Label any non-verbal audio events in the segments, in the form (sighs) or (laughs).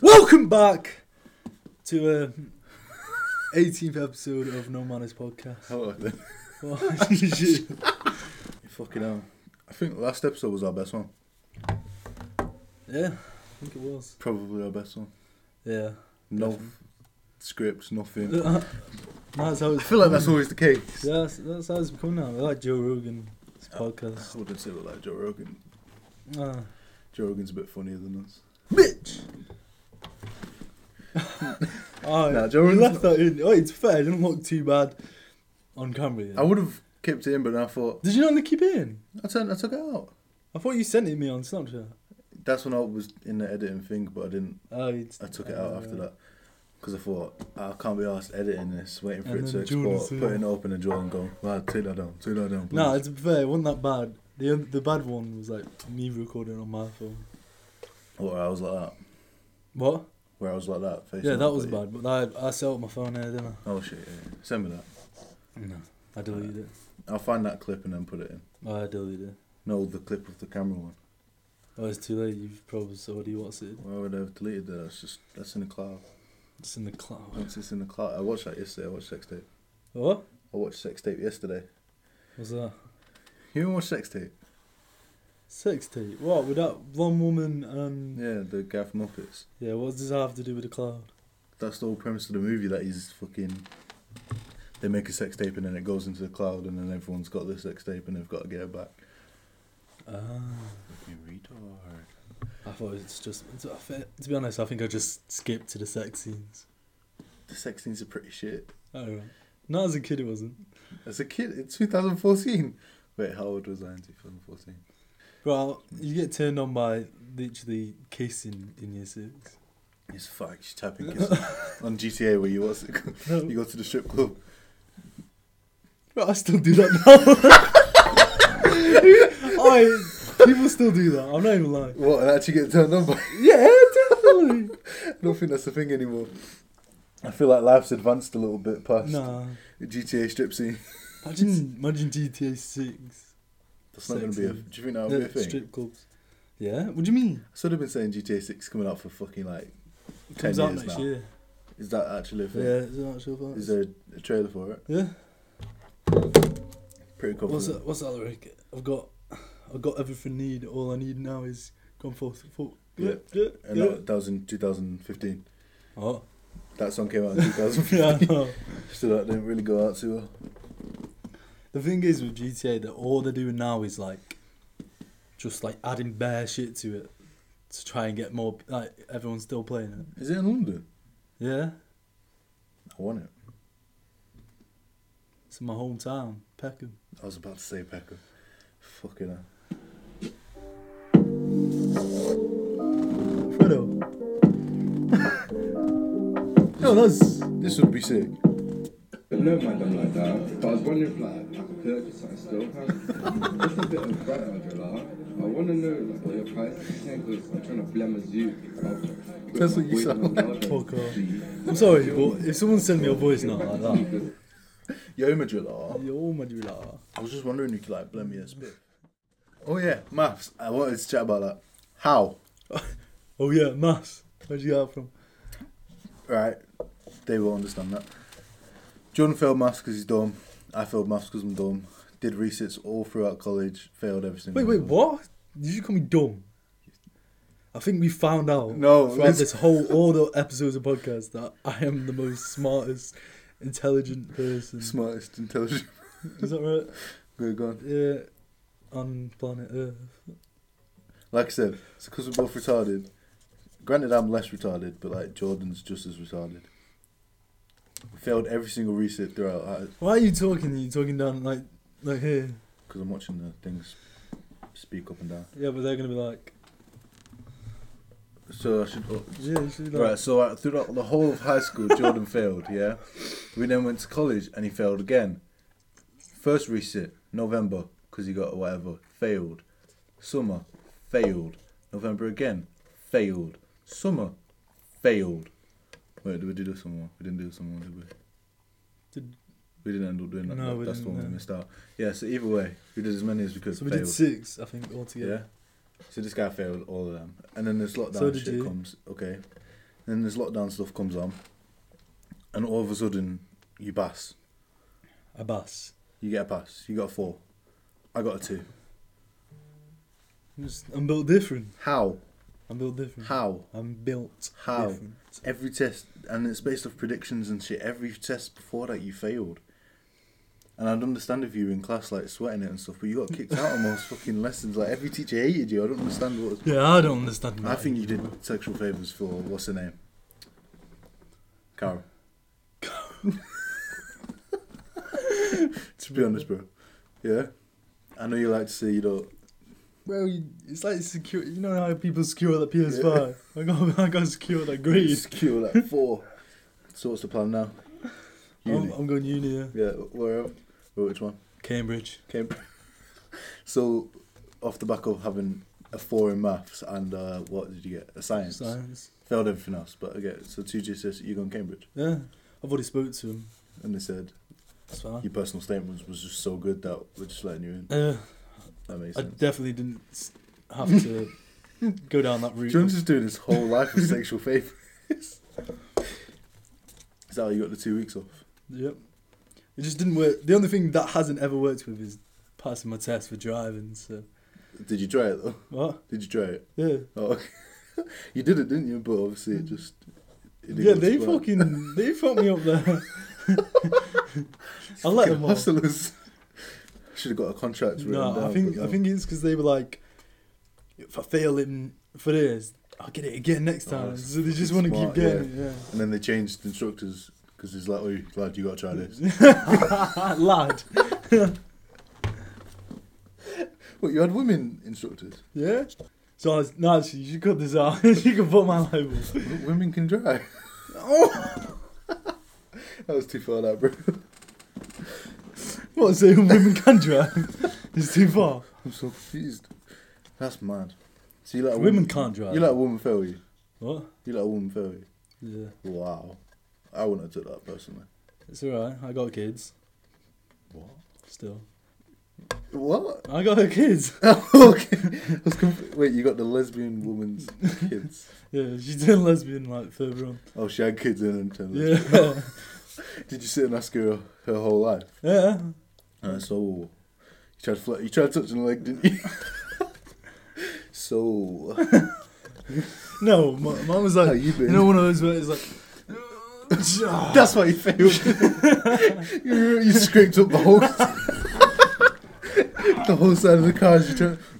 Welcome back to (laughs) um 18th episode of No Manners Podcast. Hello, then. (laughs) What? (laughs) Shit. Fucking hell. I think last episode was our best one. yeah, I think it was. Probably our best one. Yeah. No f- scripts, nothing. Uh, (laughs) that's how I it's, feel like that's always the case. yeah, that's, that's how it's become now. We're like Joe Rogan's podcast. I wouldn't say we're like Joe Rogan. Oh. Uh, Joe Rogan's a bit funnier than us. (laughs) bitch! oh, Nah, Joe we Rogan's left not- that in. Oh, it's fair, it didn't look too bad on camera. yeah. I would have kept it in, but then I thought Did you not keep it in? I turned, I took it out. I thought you sent it to me on Snapchat. That's when I was in the editing thing, but I didn't. Oh, it's, I took it out after uh, that because I thought "Ah, I can't be asked editing this, waiting for And it to then Jordan export, said- putting it up in a drawer and going, "Right, take that down, take that down." No, please." it's fair. It wasn't that bad. The on- the bad one was like me recording on my phone. or I was like that, What? where I was like that. Facing yeah, that up, was like- bad. But I I set up my phone there, didn't Oh shit! Yeah. Send me that. I? No, I deleted it. I'll find that clip and then put it in. Oh, I deleted it. No, the clip of the camera one. Oh, it's too late. You've probably already watched it. Why would I have deleted that? It's just that's in the cloud. It's in the cloud. Once it's in the cloud, I watched that yesterday. I watched sex tape. What? I watched sex tape yesterday. What's that? You ever watch sex tape? Sex tape. What? With that one woman and Yeah, the guy from Muppets. yeah. What does that have to do with the cloud? That's the whole premise of the movie. That he's fucking. They make a sex tape and then it goes into the cloud and then everyone's got the sex tape and they've got to get it back. Ah. Fucking retard. I thought it's just. To I fe- to be honest, I think I just skipped to the sex scenes. The sex scenes are pretty shit. Oh, right. Not as a kid, it wasn't. As a kid, it's 2014. Wait, how old was I in 2014? Well, you get turned on by literally kissing in year six. It's fuck. She's (laughs) tapping kiss on GTA where you was (laughs) you go to the strip club. But I still do that now. (laughs) I, people still do that. I'm not even lying. What and actually get turned on (laughs) by? Yeah, definitely. I don't think that's the thing anymore. I feel like life's advanced a little bit past nah. the GTA strip scene. Imagine, imagine GTA Six. That's not going to be a. Sexy. Do you think that would be a the thing? Strip clubs. Yeah. What do you mean? I sort of been saying GTA Six coming out for fucking like. It 10 comes out years next now. year. Is that actually a Yeah, thing? it's an actual fact. Is there a trailer for it? Yeah. Pretty cool. What's that? What's that lyric? I've got, I've got everything need. All I need now is gone forth. forth. Yeah. Yeah. And yeah. that, that was in 2015. Oh. (laughs) That song came out in yeah. I 2015. know. (laughs) so that didn't really go out too well. The thing is with GTA that all they're doing now is like just like adding bare shit to it to try and get more like everyone's still playing it. Is it in London? Yeah. I want it. It's in my hometown, Peckham. I was about to say Peckham. Fucking hell. Fredo. no, that's This would be sick. But no, madam, like that. But I was wondering if, like, I could purchase like still (laughs) have just a bit of bread under like. I want to know like, what your price is because I'm trying to blame a zoo. That's what you sound like. fuck off. I'm sorry, but if someone sent me a voice note like that, Yo, Madrilla. you're all mad you like that. (laughs) I was just wondering if you could like blend me a spit. Oh yeah, maths. I wanted to chat about that. How? Oh yeah, mass. Where'd you get that from? Right. They will understand that. Jordan failed maths because he's dumb. I failed maths because I'm dumb. Did resits all throughout college. Failed every single. Wait, wait, one. what? Did you call me dumb? I think we found out No, throughout this- this whole all the episodes of podcast that I am the most smartest, intelligent person. Smartest, intelligent. (laughs) Is that right? Good, go on. Yeah, on planet Earth. Like I said, it's because we're both retarded. Granted, I'm less retarded, but like Jordan's just as retarded. We failed every single reset throughout uh, Why are you talking? Are you talking down like like here? because I'm watching the things speak up and down. Yeah, but they're gonna be like, So I should. oh, yeah, you should be like, Right, so uh, throughout the whole of high school, (laughs) Jordan failed, yeah? We then went to college and he failed again. First resit, November, because he got whatever, failed. Summer, failed. November again, failed. Summer, failed. Wait, did we do the summer? We didn't do the summer, did we? Did- We didn't end up doing that. No, but we That's the didn't, one no. we missed out. Yeah, so either way, we did as many as we could. so we failed. did six, I think, Yeah. altogether. So this guy failed all of them, and then this lockdown So did shit you. comes. Okay, Then this lockdown stuff comes on, and all of a sudden you pass. A bus. You get a pass. You got a four. I got a two. It's- I'm built different. How? I'm built different. How? I'm built How? different. Every test, and it's based off predictions and shit. Every test before that, you failed. And I'd understand if you were in class, like sweating it and stuff, but you got kicked out of most fucking lessons. Like every teacher hated you. I don't understand what. Yeah, I don't understand. I think you did sexual favors for what's her name, Cara. (laughs) to be honest, bro. Yeah, I know you like to say you don't. Bro, you, it's like secure. You know how people secure the PS5. (laughs) I got, I got secure that grade. Secure like four. So what's the plan now? I'm, Uni. I'm going uni. Yeah. Yeah, where? Well, which one? Cambridge. Came. (laughs) So, off the back of having a four in maths and uh, what did you get? A science. Science. Failed everything else, but again, so two GCSEs. You gone Cambridge, Yeah, I've already spoke to him. and they said That's fine. your personal statements was just so good that we're just letting you in. Uh, That makes I sense. definitely didn't s- have (laughs) to go down that route. Jones is doing his whole life (laughs) with sexual favours. Is that how you got the two weeks off? Yep. It just didn't work. The only thing that hasn't ever worked with is passing my test for driving. So Did you try it though? what? Did you try it? Yeah. Oh, okay. (laughs) you did it, didn't you? But obviously, it just it didn't Yeah, go to they plan. fucking they fucked me up there. (laughs) I let (laughs) Fucking them off. (laughs) hustlers. Should have got a contract written No, down. I think but I no. think it's because they were like, if I fail in for this, I'll get it again next Oh, time. that's so they just fucking want to keep smart, getting it. And then they changed the instructors because it's like, oh, lad, you got to try this. Yeah. (laughs) Lad. (laughs) What you had women instructors? (laughs) Yeah. So I was, no, actually, you should cut this out. (laughs) you can put my label. W- women can drive. Oh! (laughs) that was too far, that bro. What? So (laughs) women can drive? (laughs) It's too far. I'm so confused. That's mad. So you let a Uh, Women woman, can't drive. You let a woman fail you. What? You let a woman fail you. Yeah. Wow. I wouldn't have done that personally. It's alright. I got kids. What? Still. What? (laughs) I got (laughs) kids. okay. I was conf- Wait, you got the lesbian woman's (laughs) kids. Yeah, she turned lesbian like further on. Oh, she had kids in and turned lesbian. (laughs) Yeah. Did you sit and ask her her whole life? yeah. Uh, so you tried fl- you tried touching her leg, (laughs) didn't you? so No, my mum was How like, (laughs) you you, been? know, one of those where it's like, (laughs) that's why you failed. you, you scraped up the whole the whole side of (laughs) the car as you turned. (laughs)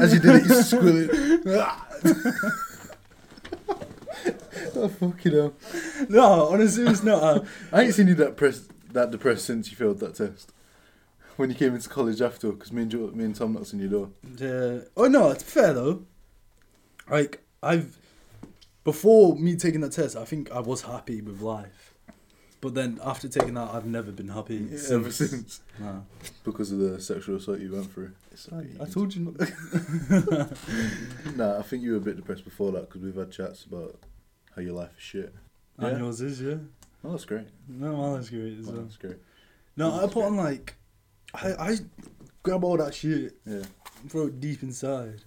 As you did it, you squealed. (laughs) oh fucking hell! no, honestly, it's not. Uh, I ain't seen you that press that depressed since you failed that test. When you came into college after, because me and jo- me and Tom not seen your door. Uh, oh no, it's fair though. Like I've before me taking that test, I think I was happy with life, but then after taking that, I've never been happy Ever since. Nah. because of the sexual assault you went through. It's okay, I, I you told you. Not. can- Nah, I think you were a bit depressed before that because we've had chats about how your life is shit. Yeah. And yours is yeah. Oh, that's great. No, mine is great as Oh, well. that's great. No, I put on like, I I grab all that shit, Yeah. throw it deep inside.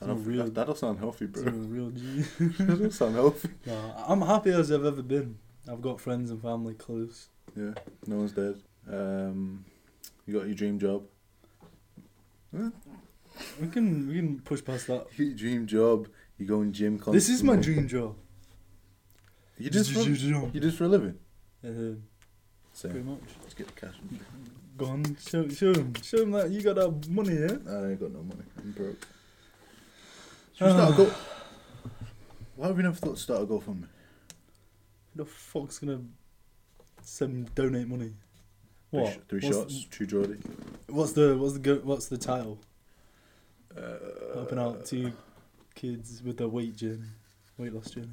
I don't, I'm real- that, that don't sound healthy, (laughs) It's a bro. real G. that don't sound healthy. nah, I'm happy as I've ever been. I've got friends and family close. Yeah, no one's dead. Um, you got your dream job. We can we can push past that. You got (laughs) your dream job. You go in gym constantly. This is my dream job. You just for, you just for a living. Uh, pretty Same. much. Just get the cash. Go on, show, show him, show him that you got that money, yeah? I ain't got no money. I'm (sighs) broke. Should we start a go? Why have we never thought to start a GoFundMe? Who the fuck's gonna send donate money? Three What? sh- Three, what's, shots. True Geordie. What's the what's the go, what's the title? Uh, Helping out two kids with their weight journey, weight loss journey.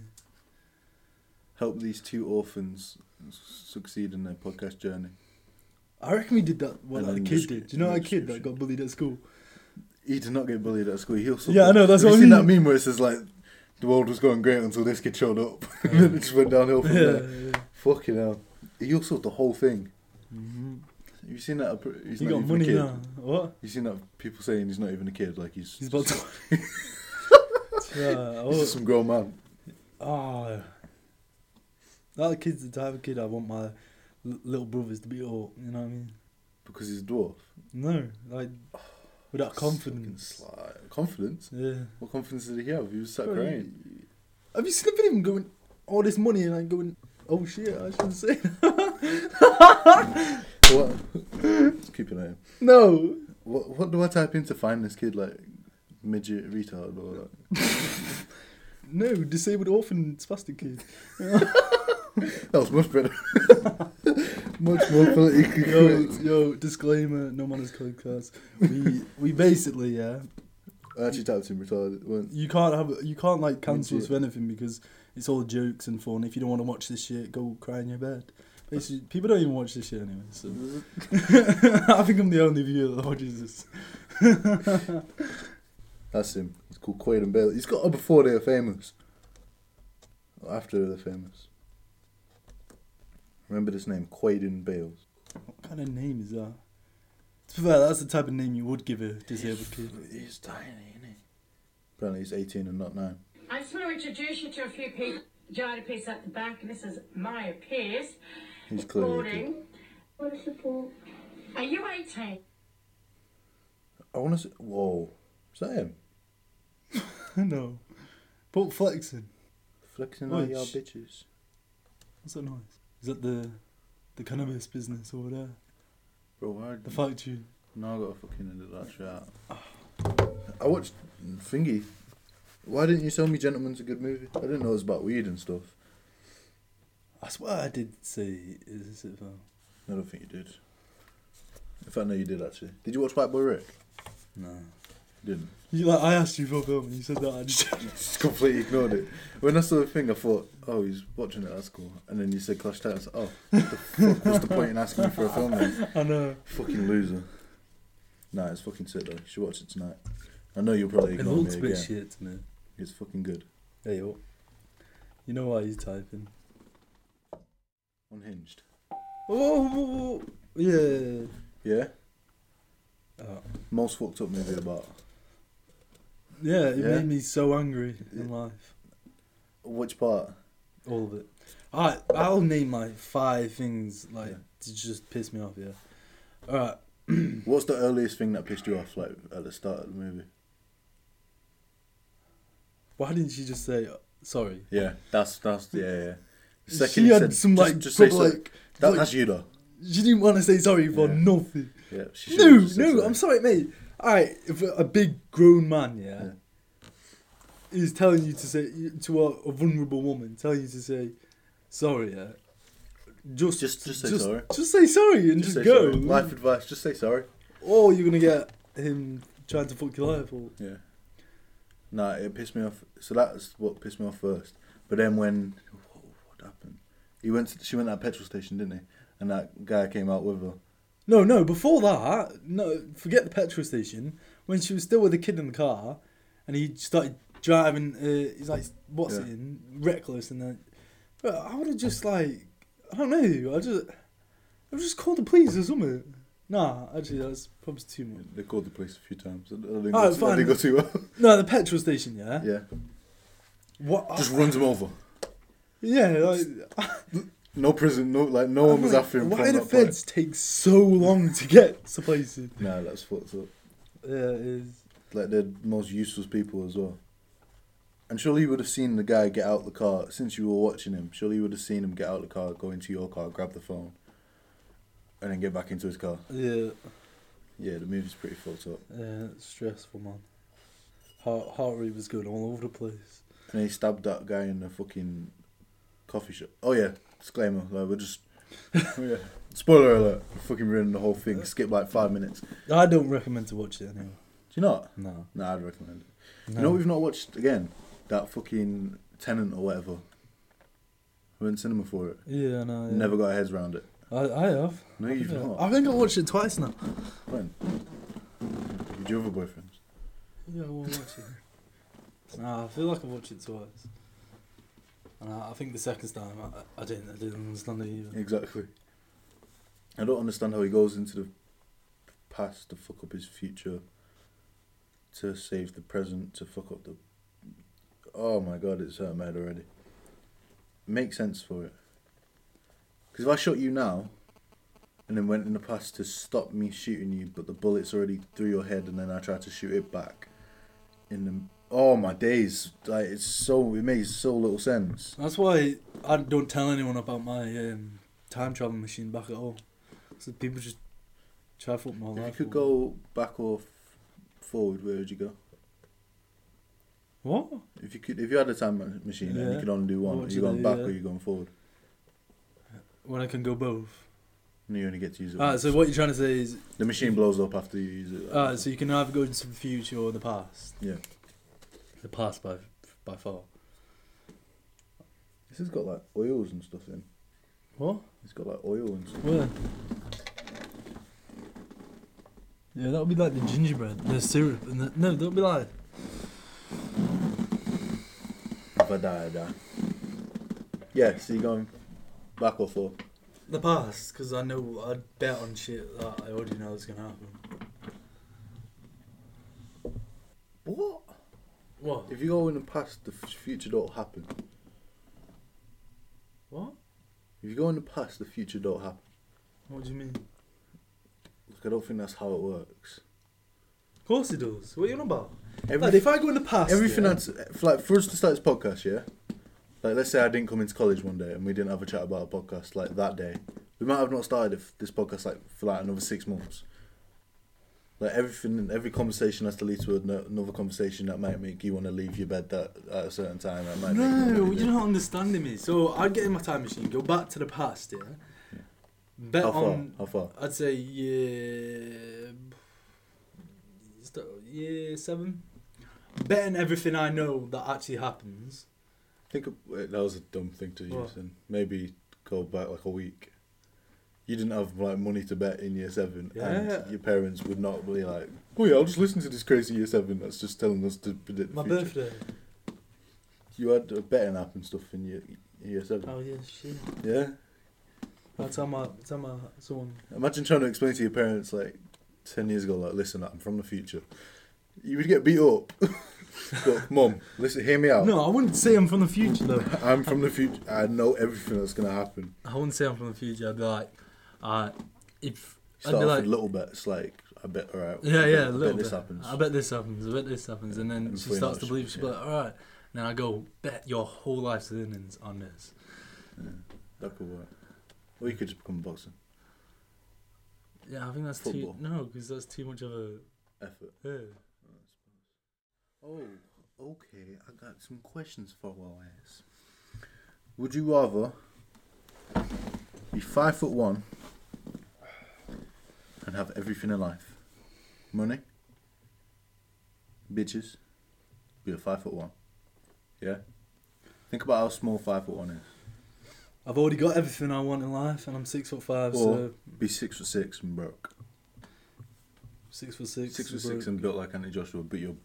help these two orphans succeed in their podcast journey. I reckon we did that. What And that then kid descri- did? Do you know that kid that description. got bullied at school? He did not get bullied at school. He also Yeah, I know, that's Have what you I seen mean. that meme where it says like the world was going great until this kid showed up, (laughs) and then it just went downhill from there. Fucking hell! He also the whole thing. hmm Have you seen that? appro- Mm-hmm. He's He not got even a money kid. now. What? You seen that people saying he's not even a kid, like he's (laughs) He's about to. Yeah, (laughs) he's oh, just some grown man. Oh, that kid's the type of kid I want my l- little brothers to be all. You know what I mean? because he's a dwarf. No, like without confidence. Fucking sly. Confidence? Yeah. What confidence did he have? He was sat crying. Have you seen the video of him going all this money and like going, oh shit, I shouldn't say. that." (laughs) What? Let's keep an eye. on. no. What, what do I type in to find this kid like midget retard or like? No, disabled orphan spastic kid. That was much better. (laughs) much more politically (laughs) Yo, correct. yo, disclaimer, no manners code class. We we basically, yeah. I actually typed in retarded once. You can't have you can't like cancel us Legit. for anything because it's all jokes and fun. If you don't want to watch this shit, go cry in your bed. Basically, people don't even watch this shit anyway, (laughs) so I think I'm the only viewer that watches this. (laughs) That's him. He's called Quaid and Bailey. He's got up before they were famous. Or after they're famous. Remember this name, Quaden Bales. What kind of name is that? To be fair, that's the type of name you would give a disabled (laughs) kid. He's tiny, isn't he? Apparently he's 18 and not 9. I just want to introduce you to a few people. Johnny Pierce at the back. This is Maya Pierce. He's clearly a kid. Morning. What is support? Are you 18? I want to say, whoa. Is that him? no. But flexing. Flexing Oh, all your sh- bitches. What's that noise? Is that the the cannabis business or whatever? Bro, why? The fight tune. No, I got a fucking end of that shout. I watched Thingy. Why didn't you tell me Gentleman's a good movie? I didn't know it was about weed and stuff. I swear I did say is this it though? I don't think you did. In fact, no, you did actually. Did you watch White Boy Rick? No. You didn't. (laughs) You like I asked you for a film and you said that I just (laughs) You just completely ignored it. When I saw the thing, I thought, oh, he's watching it, that's cool. And then you said Clash Titans. Oh, what (laughs) the fuck? What's the point in asking me for a film then? I know. Fucking loser. Nah, it's fucking sick though. You should watch it tonight. I know you'll probably It ignore looks a me bit again. shit to me. It's fucking good. Hey yo. You know why he's typing. Unhinged. Oh, oh, oh, yeah. Yeah? Uh, Oh. Most fucked up movie about. Yeah, it Yeah? made me so angry in life. Which part? All of it. I I'll name like five things like Yeah. to just piss me off, yeah. Alright. What's the earliest thing that pissed you off, like at the start of the movie? Why didn't she just say sorry? Yeah, that's that's yeah. yeah. The she he had said, some "Just- like, just say proper, sorry." like, That- like- that's you though. She didn't want to say sorry for Yeah. nothing. Yeah, she No, should've just said no, I'm sorry, mate. Alright, if a a big grown man, yeah, is telling you to say to a, a vulnerable woman, telling you to say sorry, yeah, just Just- just say sorry. just say sorry and just, Just say go. sorry. Life advice: just say sorry. Or you're gonna get him trying to fuck your life. Or Yeah. Nah, it pissed me off. So that's what pissed me off first. But then when whoa, what happened? He went. To, she went to that petrol station, didn't he? And that guy came out with her. no, no, before that, no, forget the petrol station. When she was still with the kid in the car, and he started driving, uh, he's like, what's it Yeah. in reckless, and then, but I would have just like, I don't know, I just, I just called the police or something. Nah, actually, that's probably too much. They called the police a few times. I don't think Oh, that's- I fine. didn't go too well. (laughs) No, the petrol station, yeah. yeah, What? just runs him over. yeah, like, No prison. No, like no one I'm was like, after him. Why from the that point. feds take so long to get to places? Nah, that's fucked up. Yeah, it is. Like they're the most useless people as well. And surely you would have seen the guy get out the car since you were watching him. Surely you would have seen him get out the car, go into your car, grab the phone, and then get back into his car. Yeah. Yeah, the movie's pretty fucked up. Yeah, it's Uh, stressful, man. Heart, heart rate was going all over the place. And he stabbed that guy in the fucking coffee shop. Oh yeah, disclaimer. Like we're just (laughs) oh, yeah. spoiler alert. We're fucking ruining the whole thing. Skip like five minutes. Do I don't recommend to watch it anyway. you not? No. Nah, I'd recommend it. no. You know what we've not watched again? That fucking Tenant or whatever. We went to cinema for it. Yeah, no. Oh, Yeah. Never got our heads around it. I, I have. No, you've not. I think I watched it twice now. When? Did you have a boyfriend? Yeah, I will watch it. nah, I feel like I watched it twice. And I, I think the second time I, I didn't. I didn't understand it either. Exactly. I don't understand how he goes into the past to fuck up his future, to save the present, to fuck up the. Oh my god, it's hurt my head already. make sense for it. Because if I shot you now, and then went in the past to stop me shooting you, but the bullet's already through your head, and then I tried to shoot it back, in the oh my days, like it's so it makes so little sense. That's why I don't tell anyone about my um, time travel machine back at all. So people just try to fuck my If you life. could away. go back or f- forward, where would you go? What? If you could, if you had a time ma- machine and Yeah. you could only do one, What are would you you going do, back yeah. or are you going forward? When I can go both. And you only get to use it. Ah, once. so what you're trying to say is, the machine blows up after you use it. ah, so you can either go into the future or the past. yeah, The past by by far. this has got like oils and stuff in. What? It's got like oil and stuff. Where? Yeah, that would be like the gingerbread, the syrup, and the no, that would be like If I die, I die. Yeah, so you're going back or forth. the past because I know I'd bet on shit that I already know is gonna happen. What? What? If you go in the past, the f- future don't happen. What? If you go in the past, the future don't happen. What do you mean? Look, I don't think that's how it works. Of course it does. What are you on about? Every- Like, if I go in the past, Everything yeah, that's like for us to start this podcast, yeah. Like, let's say I didn't come into college one day and we didn't have a chat about a podcast like that day. We might have not started if this podcast like for like another six months. Like everything, every conversation has to lead to ano- another conversation that might make you want to leave your bed that at a certain time. That might make you No, wanna do- you're not understanding me. So I'd get in my time machine, go back to the past, yeah. Bet How far? on. How far? I'd say yeah, yeah seven. Betting everything I know that actually happens. Think of, wait, that was a dumb thing to use, What? and maybe go back like a week. You didn't have like money to bet in year seven, Yeah. and your parents would not be like, "Oh yeah, I'll just listen to this crazy year seven that's just telling us to predict My the future." birthday. You had a betting app and stuff in year year seven. Oh yeah, shit. Yeah, I'll tell my tell my someone. imagine trying to explain to your parents like ten years ago, like, "Listen, I'm from the future." You would get beat up. (laughs) Look, mum, listen, hear me out. No, I wouldn't say I'm from the future though. I'm from the future. I know everything that's gonna happen. I wouldn't say I'm from the future. I'd be like, uh, if I'd Start be off like, with little bits, like I bet, all right. I yeah, bet, yeah, I a little bet bit. this happens. I bet this happens. I bet this happens, and then And she before you know starts it, to she- believe. She's yeah. like, all right. Now I go bet your whole life's earnings on this. That could work. Or you could just become a boxer. Yeah, I think that's Football. too no, because that's too much of a. Effort. Yeah. Oh, okay. I got some questions for our ass. Would you rather be five foot one and have everything in life? Money, bitches, be a five foot one. Yeah? Think about how small five foot one is. I've already got everything I want in life, and I'm six foot five, Or so be six foot six and broke. six foot six. Six foot six and built like Anthony Joshua, but you're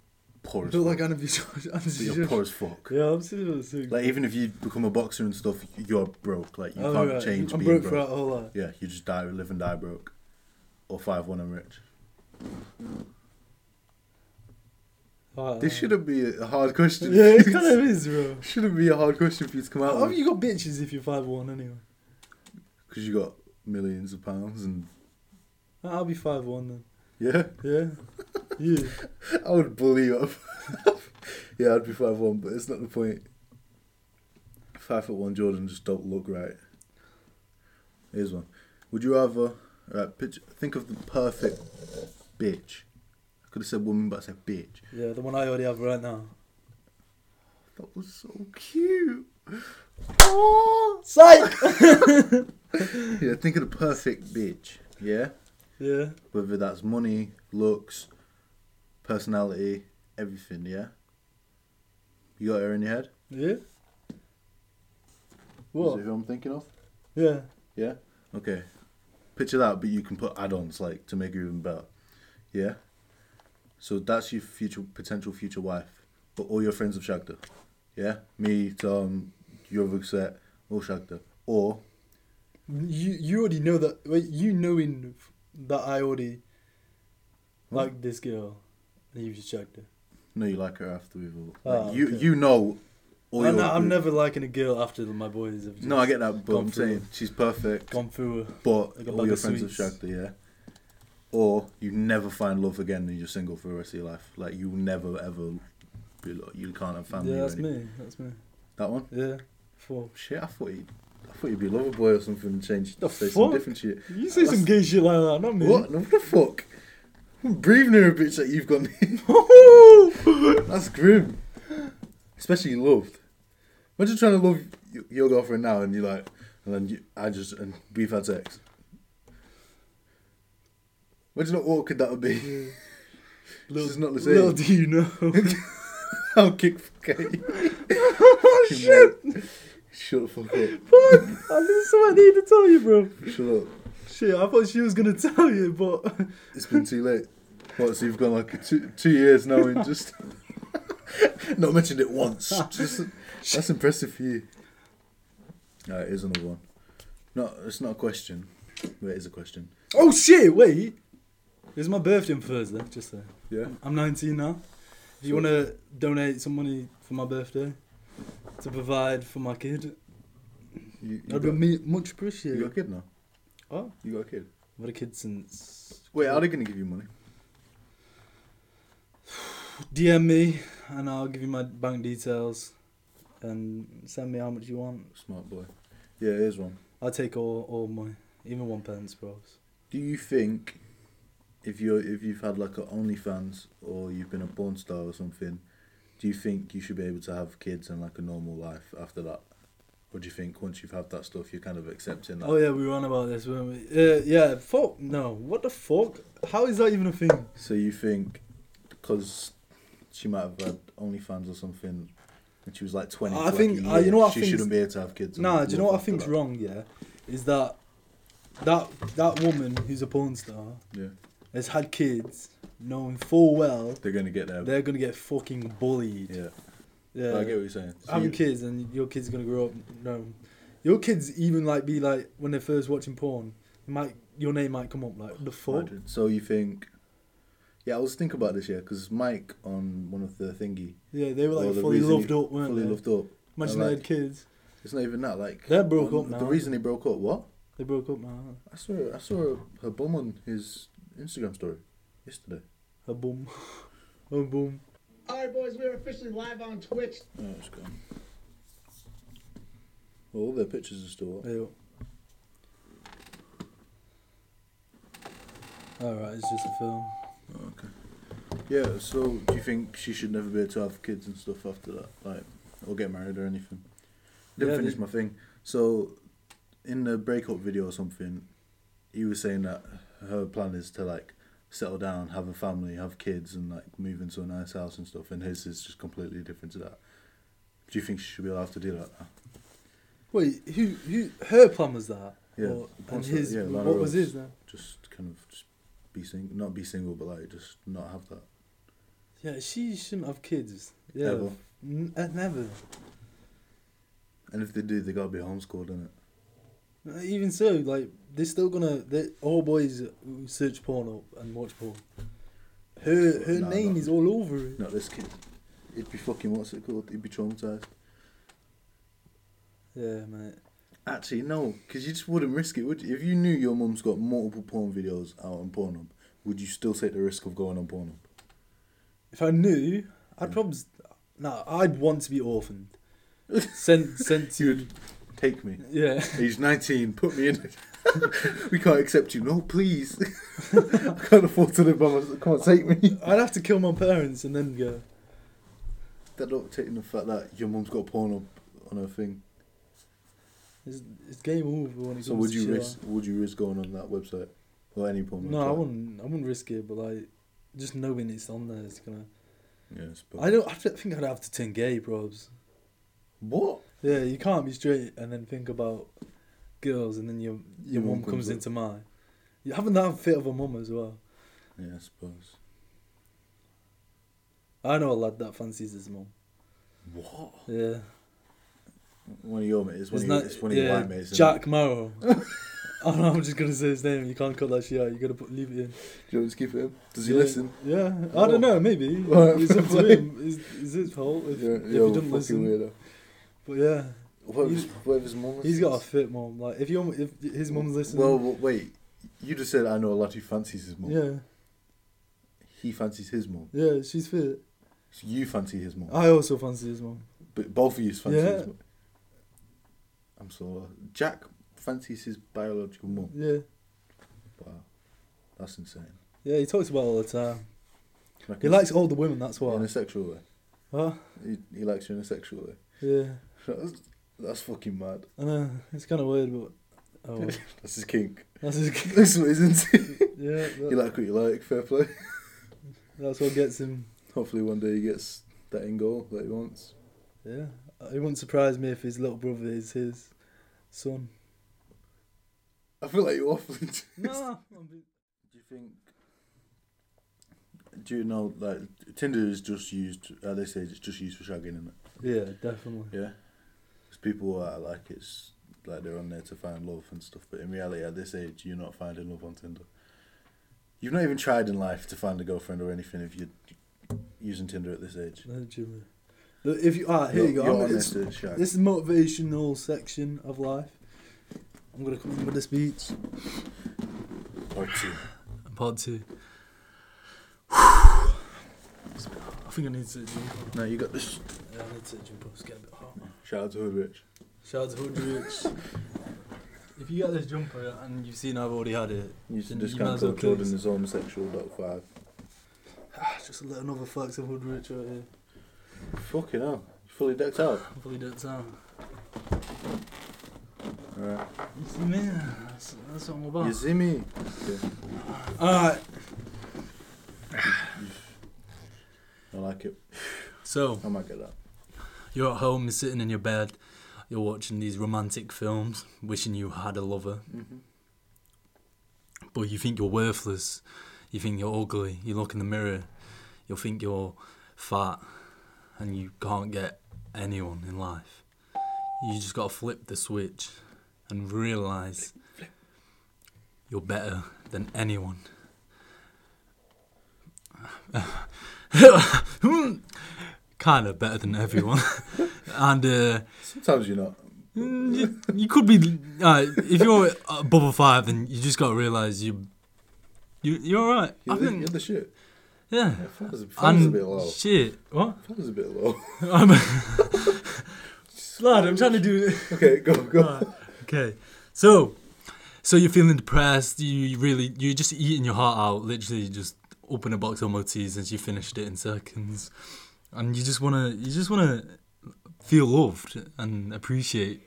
poor as built fuck. like Anna Bishop. (laughs) but you're poor as fuck. Yeah, I'm six foot six. Like even if you become a boxer and stuff, you're broke. Like you Oh, can't right. change I'm being broke broke. throughout whole life. Yeah, you just die, live and die broke, or five one and rich. Alright, alright. This shouldn't be a hard question. Uh, (laughs) Yeah, (laughs) it kind of is, bro. shouldn't be a hard question for you to come How out have with you got bitches if you're five one anyway? because you got millions of pounds and I'll be five one then. yeah, Yeah. (laughs) Yeah. I would bully you up. (laughs) yeah, I'd be five one, but it's not the point. Five foot one Jordan just don't look right. Here's one. Would you rather right, picture, think of the perfect bitch? I could have said woman, but I said bitch. Yeah, the one I already have right now. That was so cute. (laughs) Oh, Sight. yeah, think of the perfect bitch. Yeah, yeah. whether that's money, looks, personality, everything. Yeah. You got her in your head. Yeah. Is What? it who I'm thinking of? Yeah. Yeah. Okay. Picture that, but you can put add-ons like to make it even better. Yeah. So that's your future potential future wife, but all your friends have shagged her. Yeah. Me, Tom, your other set, all shagged her. Or You you already know that. Wait, you knowing f- that I already like this girl, and you just checked it. no, you like her after we've all. Ah, you okay. you know Or I you're know- I'm good. never liking a girl after my boys have just No, I get that, but gone I'm through saying she's perfect. gone through. her. But Like a all bag your of friends have sweets. shagged her, yeah. Or you never find love again and you're single for the rest of your life. Like you'll never ever be like, you can't have family. Yeah, or that's anything. me. That's me. That one? Yeah. Four. Shit, I thought you I thought you'd be a lover boy or something and change The say some fuck? different shit. You say some gay shit like that, not me. (laughs) What? (laughs) No, what the fuck? I'm breathing in a bitch that you've got me. (laughs) That's grim. Especially in love. Imagine trying to love y- your girlfriend now and you're like, and then you, I just, and we've had sex. Imagine how awkward that would be. This is not the same. Little do you (laughs) know. I'll kick for (laughs) Kate. oh, shit. Shut the fuck up. Fuck! I knew something I needed to tell you, bro. Shut up. Shit, I thought she was gonna tell you, but It's been too late. What, so you've gone like two, two years now (laughs) and just not mentioned it once. Just, that's impressive for you. Alright, here's another one. No, it's not a question, but it is a question. oh shit! Wait, it's my birthday on Thursday. Just there. Yeah? I'm 19 now. If you wanna donate some money for my birthday to provide for my kid, You, you, that'd be got, me- much you got a appreciated. kid now? Oh, You got a kid? I've had a kid since. Wait, are they going to give you money? DM me and I'll give you my bank details and send me how much you want. Smart boy. Yeah, here's one. I'll take all, all money, even one pence, bros. Do you think if you are if you've had like a OnlyFans or you've been a porn star or something, do you think you should be able to have kids and like a normal life after that? Or do you think once you've had that stuff, you're kind of accepting that? Oh yeah, we were on about this, weren't we? Uh, yeah, fuck no. What the fuck? How is that even a thing? So you think because she might have had OnlyFans or something, and she was like twenty. I for, like, a think- uh, you year, know what I she think's- shouldn't be able to have kids. and Nah, do you know live what I after think's that. wrong? Yeah, is that that that woman who's a porn star Yeah, has had kids, knowing full well they're gonna get there. they're gonna get fucking bullied. yeah, Yeah. I get what you're saying. So having you- kids and your kids are gonna grow up. No, your kids even like be like when they're first watching porn, they might your name might come up like the fuck. Imagine. So you think? Yeah, I was thinking about this year because Mike on one of the thingy. Yeah, they were well, like the fully reason loved he- up, weren't fully they? loved up. Imagine And, they like, had kids. It's not even that. Like They broke on- up now, The aren't reason he broke up. What? They broke up now. I saw. I saw her bum on his Instagram story yesterday. A boom. (laughs) A boom. All right, boys, we're officially live on Twitch. Oh, it's gone. Well, all their pictures are still up. Alright, it's just a film. Okay. Yeah. So do you think she should never be able to have kids and stuff after that, like, or get married or anything? Didn't Yeah, finish they- my thing. So, in the breakup video or something, he was saying that her plan is to like settle down, have a family, have kids, and like move into a nice house and stuff. And his is just completely different to that. Do you think she should be allowed to do that? Wait, who, who, her plan was that? Yeah, Or- the plan and was his, that, yeah, Lana what was Rhoades. his then? Just kind of just be single, not be single, but like just not have that. Yeah, she shouldn't have kids. Yeah. Ever. N- uh, never. And if they do, they gotta be homeschooled, innit? Uh, Even so, like, they're still gonna, they all boys who search porn up and watch porn. Her, her No, name no. is all over it. Not this kid. He'd be fucking what's it called? He'd be traumatized. Yeah, mate. Actually, no, because you just wouldn't risk it, would you? If you knew your mum's got multiple porn videos out on Pornhub, would you still take the risk of going on Pornhub? If I knew, Hmm. I'd probably. No, I'd want to be orphaned. (laughs) sent, sent to. Take me. (laughs) Yeah. Age nineteen, put me in. (laughs) we can't accept you. No, please. (laughs) I can't afford to live by myself. Come on, take me. I'd have to kill my parents and then go. That not taking the fact that your mum's got Pornhub on her thing. It's, it's game over when it comes So would to you shit risk? like- Would you risk going on that website or any porn? No, website? I wouldn't. I wouldn't risk it, but like, just knowing it's on there is gonna. Yeah, it's I don't. I don't think I'd have to turn gay, probs. What? Yeah, you can't be straight and then think about girls, and then your your, Your mum mum comes, comes up. into mine. You haven't that fit of a mum as well. Yeah, I suppose. I know a lad that fancies his mum. What? Yeah. One of your mates, one of It's your, not- it's one of your (laughs) yeah, white mates. isn't Jack Morrow. Oh, no, I'm just gonna say his name. You can't cut that shit out. You gotta put leave it in. you want to keep it in? Does he yeah. listen? Yeah, I don't (laughs) know. Maybe Alright, it's up to probably. him. It's, it's his fault if, Yeah, if you're he a didn't fucking listen. weirdo. But yeah, What if, He's- his, what if his mum he's got a listens? fit mom. Like if your if his mum's listening, Well, w- wait. You just said I know a lad who fancies his mum. yeah, He fancies his mum. yeah, she's fit. So you fancy his mum. I also fancy his mum. But both of you fancy Yeah. his mum. I'm sorry. Jack fancies his biological mum. Yeah, Wow. That's insane. yeah, he talks about it all the time. Like He in- likes older women. That's why. in a sexual way. Huh? He, he likes you in a sexual way. (laughs) Yeah, That's, that's fucking mad. I know it's kind of weird, but oh, well. That's his kink. (laughs) (laughs) that's his. That's what isn't it? Yeah, (laughs) you that, like what you like, fair play. that's what gets him. Hopefully one day he gets that in goal that he wants. Yeah, it wouldn't surprise me if his little brother is his son. I feel like you're (laughs) waffling. (laughs) No, Do you think? Do you know like Tinder is just used at this age? It's just used for shagging, isn't it? yeah, definitely. Yeah. Because people are like it's like they're on there to find love and stuff, but in reality, at this age, you're not finding love on Tinder. You've not even tried in life to find a girlfriend or anything if you're using Tinder at this age. Legitimate. Look, If you ah here you You're- go. you're I'm- on it's- this age, Shaq. this is motivational section of life. I'm gonna come in with a speech. Part two. Part two. (sighs) I think I need to jump off. No, you got this. Yeah, I need to jump off. It's getting a bit hot. Shout out to Hood Rich. Shout out to Hoodrich. (laughs) if you get this jumper and you've seen I've already had it, Use the then you might discount as well code Jordan please- is homosexual dot five. Ah, Just a little another flex of Hoodrich right here. Fucking hell. You're fully decked out. Hopefully don't sound. Alright. You see me? That's, that's what I'm (laughs) about. You see me? Alright, I like it. so I might get that. you're at home, you're sitting in your bed, you're watching these romantic films, wishing you had a lover. But you think you're worthless, you think you're ugly, you look in the mirror, you think you're fat, and you can't get anyone in life. You just gotta flip the switch and realise you're better than anyone. (laughs) kind of better than everyone. and uh, Sometimes you're not. mm, you, you could be uh, if you're above a five, then you just gotta realize you you you're all right. You're, I the, think you're the shit. yeah. Yeah, Five's a, five's a And bit low. shit, what? Five's a bit low. (laughs) I'm, lad, I'm trying to do. okay, go, go. okay, so so you're feeling depressed. You you really you're just eating your heart out. Literally, you just open a box of Maltese and you finished it in seconds, and you just wanna you just wanna feel loved and appreciate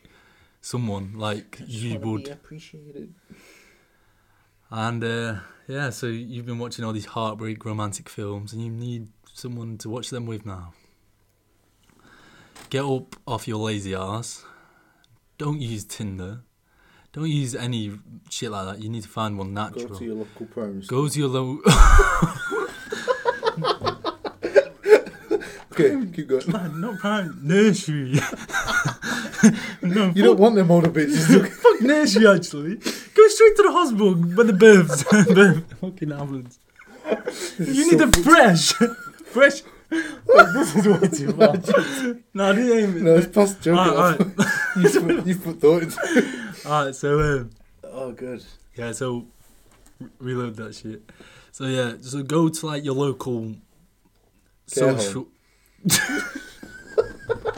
someone like you would. appreciated. And uh, yeah, so you've been watching all these heartbreak romantic films, and you need someone to watch them with now. Get up off your lazy ass. Don't use Tinder. Don't use any shit like that. You need to find one Go natural. to your local primary school. Go to your low. Okay, keep going. Not prime nursery. (laughs) (laughs) no, You don't want them older bitches. fuck nursery actually. Go straight to the hospital when the births. birth. (laughs) Fucking ambulance. You need the fresh, (laughs) fresh. this is way too much. no, this ain't. (laughs) no, it's past joking. Alright, (laughs) you, put, you put thought into it. Alright, so um, Oh, good. yeah, so re- reload that shit. So yeah, so go to like your local Care social. (laughs) (laughs)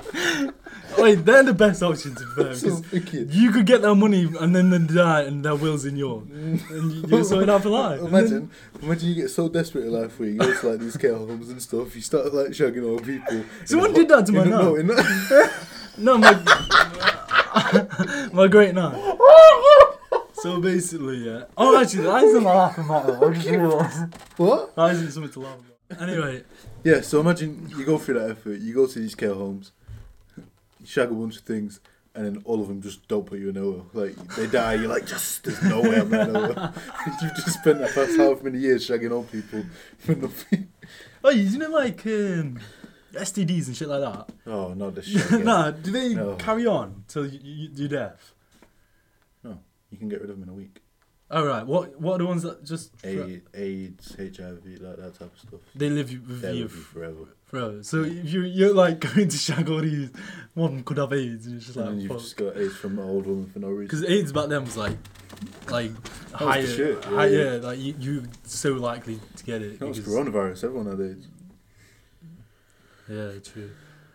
Wait, they're the best option to be fair. So because wicked. You could get that money and then they die and their will's in yours. and you, you're sorting out for (laughs) life. And then- Imagine, imagine you get so desperate in life where you go to like these care homes and stuff. You start like shagging old people. Someone did that to my You don't know, nan. in that- No, my, (laughs) my (laughs) great nan. So basically, yeah. Oh, actually, that isn't a laughing matter. I just realised. (laughs) what? That isn't something to laugh about. Anyway, Yeah. So imagine you go through that effort. You go to these care homes, you shag a bunch of things, and then all of them just don't put you in nowhere. Like they die. You're like, just there's no way I'm in nowhere. (laughs) You've just spent the past half many years shagging old people (laughs) for nothing. oh, you know, like um, STDs and shit like that. (laughs) Oh, not the shit. again. nah, do they No. carry on till you, you, you're deaf? No. You can get rid of them in a week. All right. What What are the ones that just A- AIDS, HIV, like that type of stuff. they live with There you will be forever. forever? So if you you're like (laughs) going to Shagori's, one could have AIDS, and it's just And then like you've fuck. just got AIDS from an old woman for no reason. Because AIDS back then was like, like the higher, shit, yeah, higher, yeah. like you, you so likely to get it. That was because- coronavirus. Everyone had (laughs) AIDS. Yeah, true.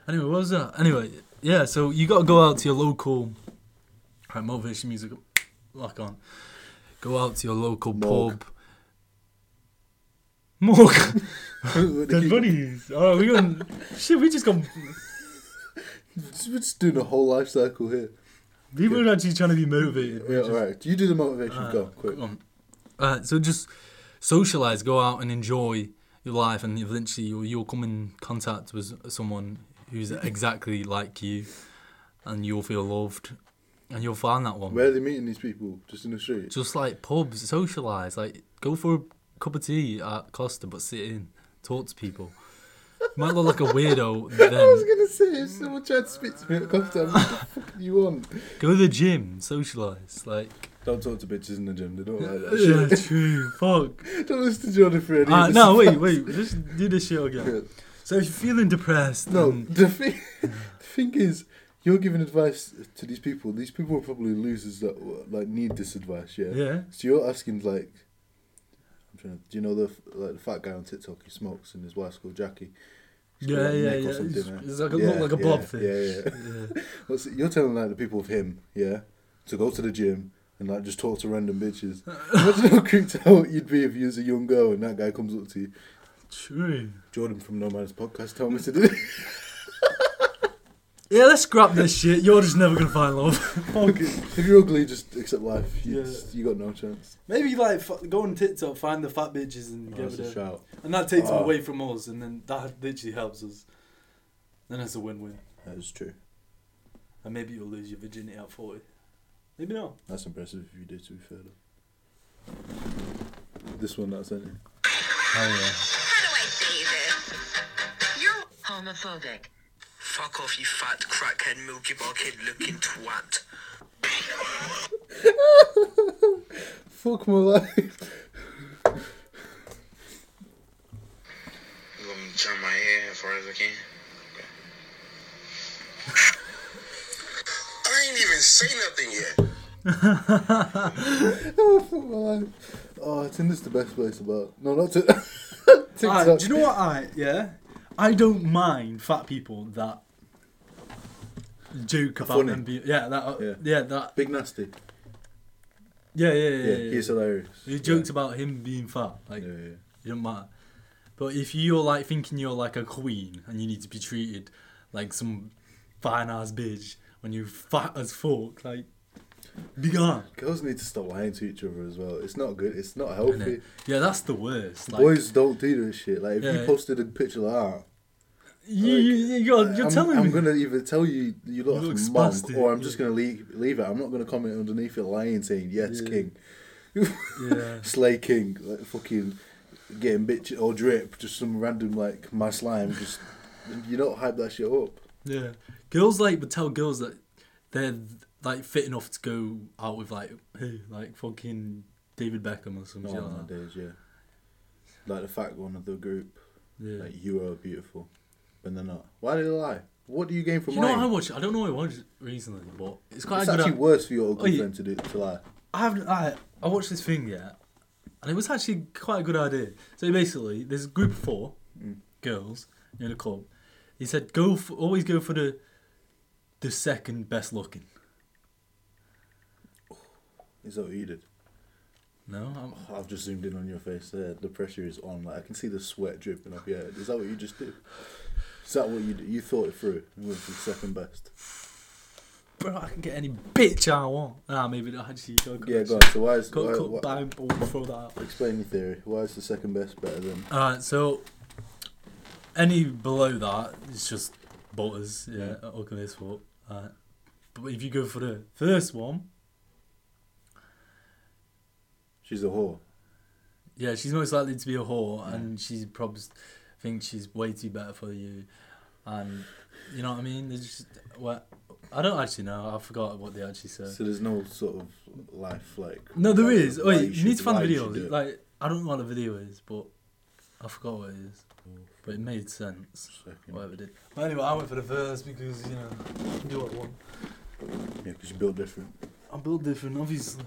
Anyway, what was that? Anyway, yeah. So you got to go out to your local. Right, motivation music, lock on. Go out to your local Morgue. pub. Morgue. (laughs) Dead We're buddies. All right, we going. Shit, we just got. just doing a whole life cycle here. People are actually trying to be motivated. Yeah, all right. You do the motivation. go quick. Go on. Uh, so just socialize, go out and enjoy your life, and eventually you'll, you'll come in contact with someone (laughs) who's exactly like you, and you'll feel loved, and you'll find that one. Where are they meeting these people? Just in the street. Just like pubs, socialize, like go for a cup of tea at Costa, but sit in, talk to people. You might look like a weirdo then. gonna say if someone tried to speak to me at the coffee time, what the fuck do you want? Go to the gym, socialize, (laughs) like. Don't talk to bitches in the gym. They don't like that. Yeah, true. (laughs) Fuck. shit. don't listen to Jordan Freddie. Uh, no, wait, wait. Just do this shit again. Yeah. So if you're feeling depressed, No, then- the thing, (laughs) the thing is, you're giving advice to these people. These people are probably losers that like need this advice. Yeah. Yeah. So you're asking like, I'm trying to. Do you know the like the fat guy on TikTok? He smokes and his wife's called Jackie. She's got, yeah, like, yeah, neck or yeah. something, It's, right? it's like a, Yeah, look like a yeah, blobfish. (laughs) yeah, Well, see, you're telling like the people of him, yeah, to go to the gym and like just talk to (laughs) random bitches. Imagine how creeped out you'd be if you was a young girl and that guy comes up to you, True. Jordan from No Man's Podcast, tell me to do. it." Yeah, let's scrap this shit. You're just never gonna find love. (laughs) Fuck it. if you're ugly, just accept life. You, Yeah. just- you got no chance. Maybe like f- go on TikTok, find the fat bitches, and Oh, that's a shout. and that takes Oh. away from us, and then that literally helps us. Then it's a win-win, That is true. and maybe you'll lose your virginity at forty. Maybe not. That's impressive if you do. To be fair, though. This one, that's it. Oh How do I say this? You're homophobic. Fuck off, you fat crackhead Milky Bar kid looking twat. Fuck my life. (laughs) You want me to turn my hair as far as I can? (laughs) I ain't even say nothing yet. Oh, fuck my life. Oh, Tinder's the best place about. No, not (laughs) to. yeah. TikTok. do you know what I? Yeah, I don't mind fat people that joke about Funny. them being yeah that Yeah. yeah that Big nasty. yeah yeah yeah, Yeah, yeah, yeah. he's hilarious. He joked about him being fat. Like, Yeah, yeah. it don't matter. But if you're like thinking you're like a queen and you need to be treated like some fine ass bitch when you're fat as fuck, like, be gone. Girls need to stop lying to each other as well. It's not good. It's not innit? healthy. Yeah, that's the worst. Like, Boys don't do this shit. Like if Yeah. you posted a picture like that, you, you, you're, you're I'm, telling I'm me. gonna either tell you you You look, like a look monk, spastic, or I'm yeah. just gonna leave, leave it. I'm not gonna comment underneath it lying, saying yes, Yeah. king, Yeah. (laughs) slay king, like fucking getting bitch or drip, just some random like my slime. Just you don't hype that shit up. Yeah, girls like would tell girls that they're like fit enough to go out with like who, like fucking David Beckham or something. No, like that. nowadays, yeah. Like the fat one of the group, Yeah. like you are beautiful, but they're not. Why do they lie? What do you gain from you know lying? what I watched? I don't know what I watched recently, but it's quite It's a good. actually worse for your Oh, ugly yeah. friend to do to lie. I haven't. I, I watched this thing yet, and it was actually quite a good idea. So basically, there's a group of four Mm. girls in a club. He said, "Go for, always go for the the second best looking." Is that what you did? No, I'm, Oh, I've just zoomed in on your face there. The pressure is on. Like I can see the sweat dripping off your head. Is that what you just did? Is that what you did? You thought it through and went for the second best. bro. I can get any bitch I want. Ah, maybe not. Actually, go, go, Yeah, go on. So why is Go, why, go, why- bang, boom, throw that out. explain your theory? Why is the second best better than? Alright, so any below that is just butters, yeah, okay this what. Alright. But if you go for the first one, She's a whore. yeah, she's most likely to be a whore and she probably thinks she's way too better for you. And you know what I mean? There's just what I don't actually know. I forgot what they actually said. So there's no sort of life like. no, there why- is. why Wait, you should- need to find why the you video. should do it. Like, I don't know what the video is, but I forgot what it is. But it made sense. Second. Whatever it did. But anyway, I went for the first because you know, I can do what I want. Yeah, because you build different. I'm built different, obviously.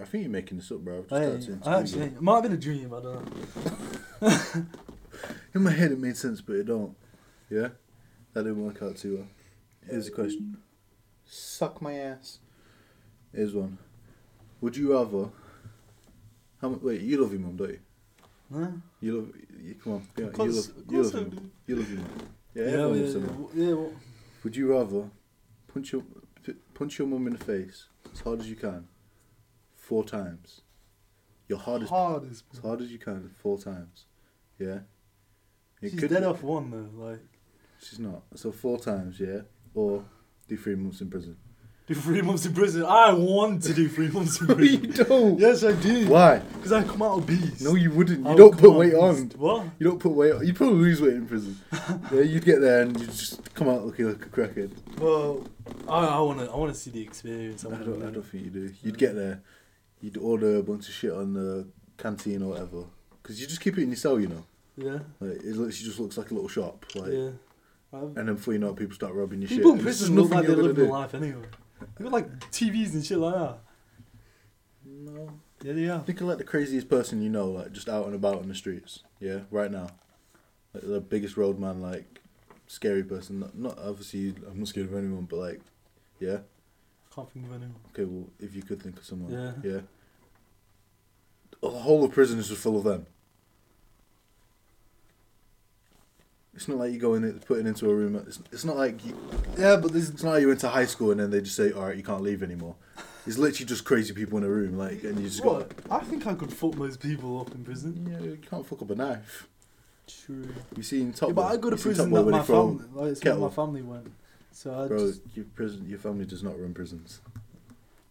I think you're making this up, bro. Just Hey, started to I actually, Google. it might have been a dream. I don't know. In my head, it made sense, but it don't. Yeah, that didn't work out too well. Here's a question. Suck my ass. Here's one. Would you rather? How mu Wait, you love your mum, don't you? Huh? You love. You, come on. Yeah, you course- love. of You course love your I do. mum. You love your mum. Yeah, um, Yeah, everyone yeah, loves yeah, their mum. well, yeah, well, Would you rather punch your p- punch your mum in the face as hard as you can, four times? Your hardest. hard as As hard as you can, four times. Yeah. It She's could- dead off one though. Like, She's not. So four times, yeah, or do three months in (laughs) prison. do three months in prison. I want to do three (laughs) months in prison. don't. yes, I do. Why? Because I come out a beast. No, you wouldn't. You I would don't Oh, come put out weight a on. beast. What? You don't put weight on. You'd probably lose weight in (laughs) prison. yeah, you'd get there and you'd just come out looking like a crackhead. Well, I, I wanna I wanna see the experience. I I wanna don't, I do don't it. think you do. You'd get there, you'd order a bunch of shit on the canteen or whatever. Because you just keep it in your cell, you know. Yeah, Like, it literally just looks like a little shop. Like, yeah. I've- And then before you know it, people start robbing your People shit. in and it's just prison look nothing like they you're live gonna their life anyway. They got like TVs and shit like that. do. No. Yeah, they are. Think of like the craziest person you know, like just out and about in the streets. Yeah, right now, like the biggest roadman, like scary person. Not, not obviously, I'm not scared of anyone, but like, yeah. Can't think of anyone. Okay, well, if you could think of someone, Yeah. yeah. The whole of prison is just full of them. It's not like you go in, it- put it into a room. It's, it's not like you, yeah, but this, it's not like you went to high school and then they just say, all right, you can't leave anymore. It's literally just crazy people in a room, like, and you just What? got. I think I could fuck most people up in prison. Yeah, you can't fuck up a knife. True. You seen Top Yeah, Boy? but I go to Oh, You seen prison Top Boy that when my he throw family, like, it's where kettle? my family went. So I Bro, just your prison, your family does not run prisons.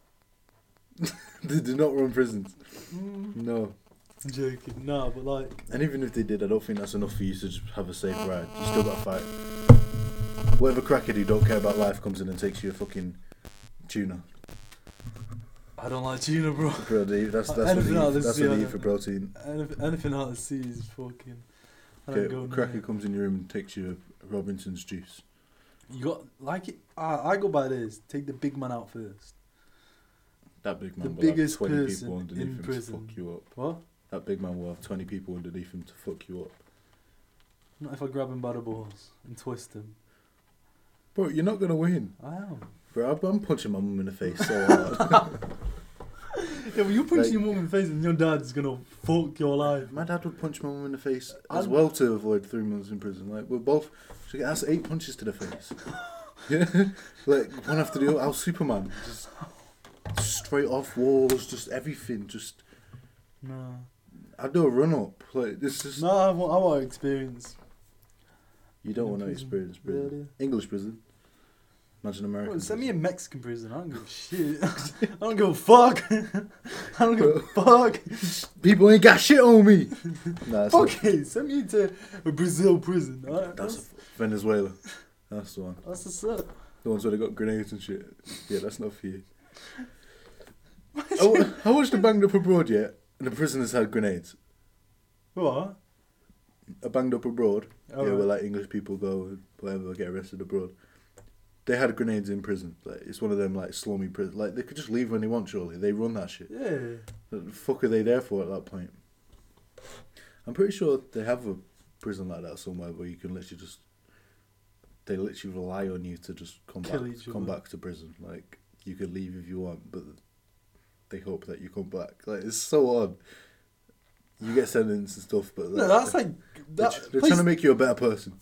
(laughs) they do not run prisons. Mm. No, I'm joking. No, but like and even if they did, I don't think that's enough for you to just have a safe ride. You still got to fight. Whatever crackhead who don't care about life comes in and takes you a fucking tuna. I don't like tuna, bro. Bro, they, that's Uh, that's what anything they out eat. of this That's what they year. eat for protein. Anything, anything out of sea is fucking. I don't Okay, go near cracker it. comes in your room and takes you a Robinson's juice. You got like it. I, I go by this. Take the big man out first. That big man The will biggest have twenty person people underneath in him prison. to fuck you up. What? That big man will have twenty people underneath him to fuck you up. Not if I grab him by the balls and twist him. Bro, you're not gonna win. I am. Bro, I'm punching my mum in the face (laughs) so hard. Yeah, but you're punching Like- your mum in the face, and your dad's gonna fuck your life. my dad would punch my mum in the face as I'd- well to avoid three months in prison. Like we're both, so that's eight punches to the (laughs) face. Yeah, like one after the other. I was Superman, just straight off walls, just everything. Just No. I do a run up. Like this is No, I want, I want experience. you don't in want to prison. experience Yeah, prison. English prison. Imagine American. Bro, send me a prison. Mexican prison. I don't give a shit. (laughs) I don't give a fuck. (laughs) I don't give a fuck. People ain't got shit on me. (laughs) nah, it's not- Fuck it. Send me to a Brazil prison. Alright, That's that's Venezuela. That's the one. that's what's up. The ones where they got grenades and shit. Yeah, that's not for you. I, wa- I watched a banged up abroad yet, and the prisoners had grenades. What? A banged up abroad, yeah, Alright. where like English people go and whatever get arrested abroad. They had grenades in prison. Like it's one of them like slummy prison. Like they could just leave when they want. Surely they run that shit. Yeah. What the fuck are they there for at that point? I'm pretty sure they have a prison like that somewhere where you can literally just they literally rely on you to just come Kill back each come other. back to prison. Like you could leave if you want, but they hope that you come back. Like it's so odd. You get sentenced and stuff, but No, that's like they're, that. tr- they're place- trying to make you a better person.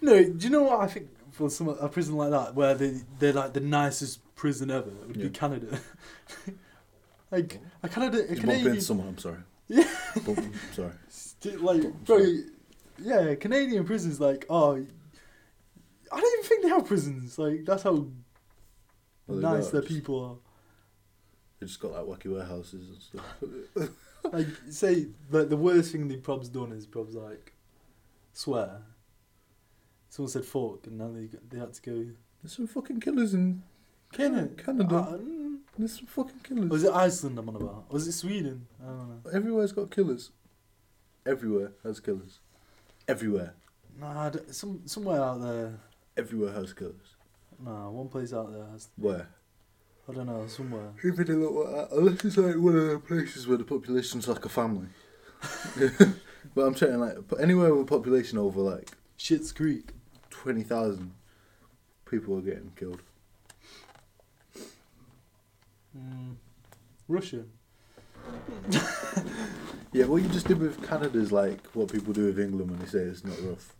No, do you know what I think for some a prison like that where they they're like the nicest prison ever would Yeah. be Canada. (laughs) like a Canada, a You bump into Canadian, someone. I'm sorry. (laughs) Yeah. Bump- I'm sorry. sti- like bro, yeah, Canadian prisons like oh, I don't even think they have prisons. Like that's how Well, Oh, they nice don't, their just- people They just got like wacky warehouses and stuff. are. Like say like the worst thing the prob's done is prob's like swear. Someone said fork and now they they had to go. There's some fucking killers in Canada. Canada. Uh, mm, There's some fucking killers. was it Iceland I'm on about? Was it Sweden? I don't know. Everywhere's got killers. Everywhere has killers. Everywhere. Nah, I don't- some, somewhere out there. Everywhere has killers. Nah, one place out there has. Where? I don't know, somewhere. Even in like, uh, unless it's like one of the places where the population's like a family. (laughs) but I'm saying like but anywhere with a population over like Shit's Creek. twenty thousand people are getting killed. Mm. Russia. Yeah, what you just did with Canada is like what people do with England when they say it's not rough.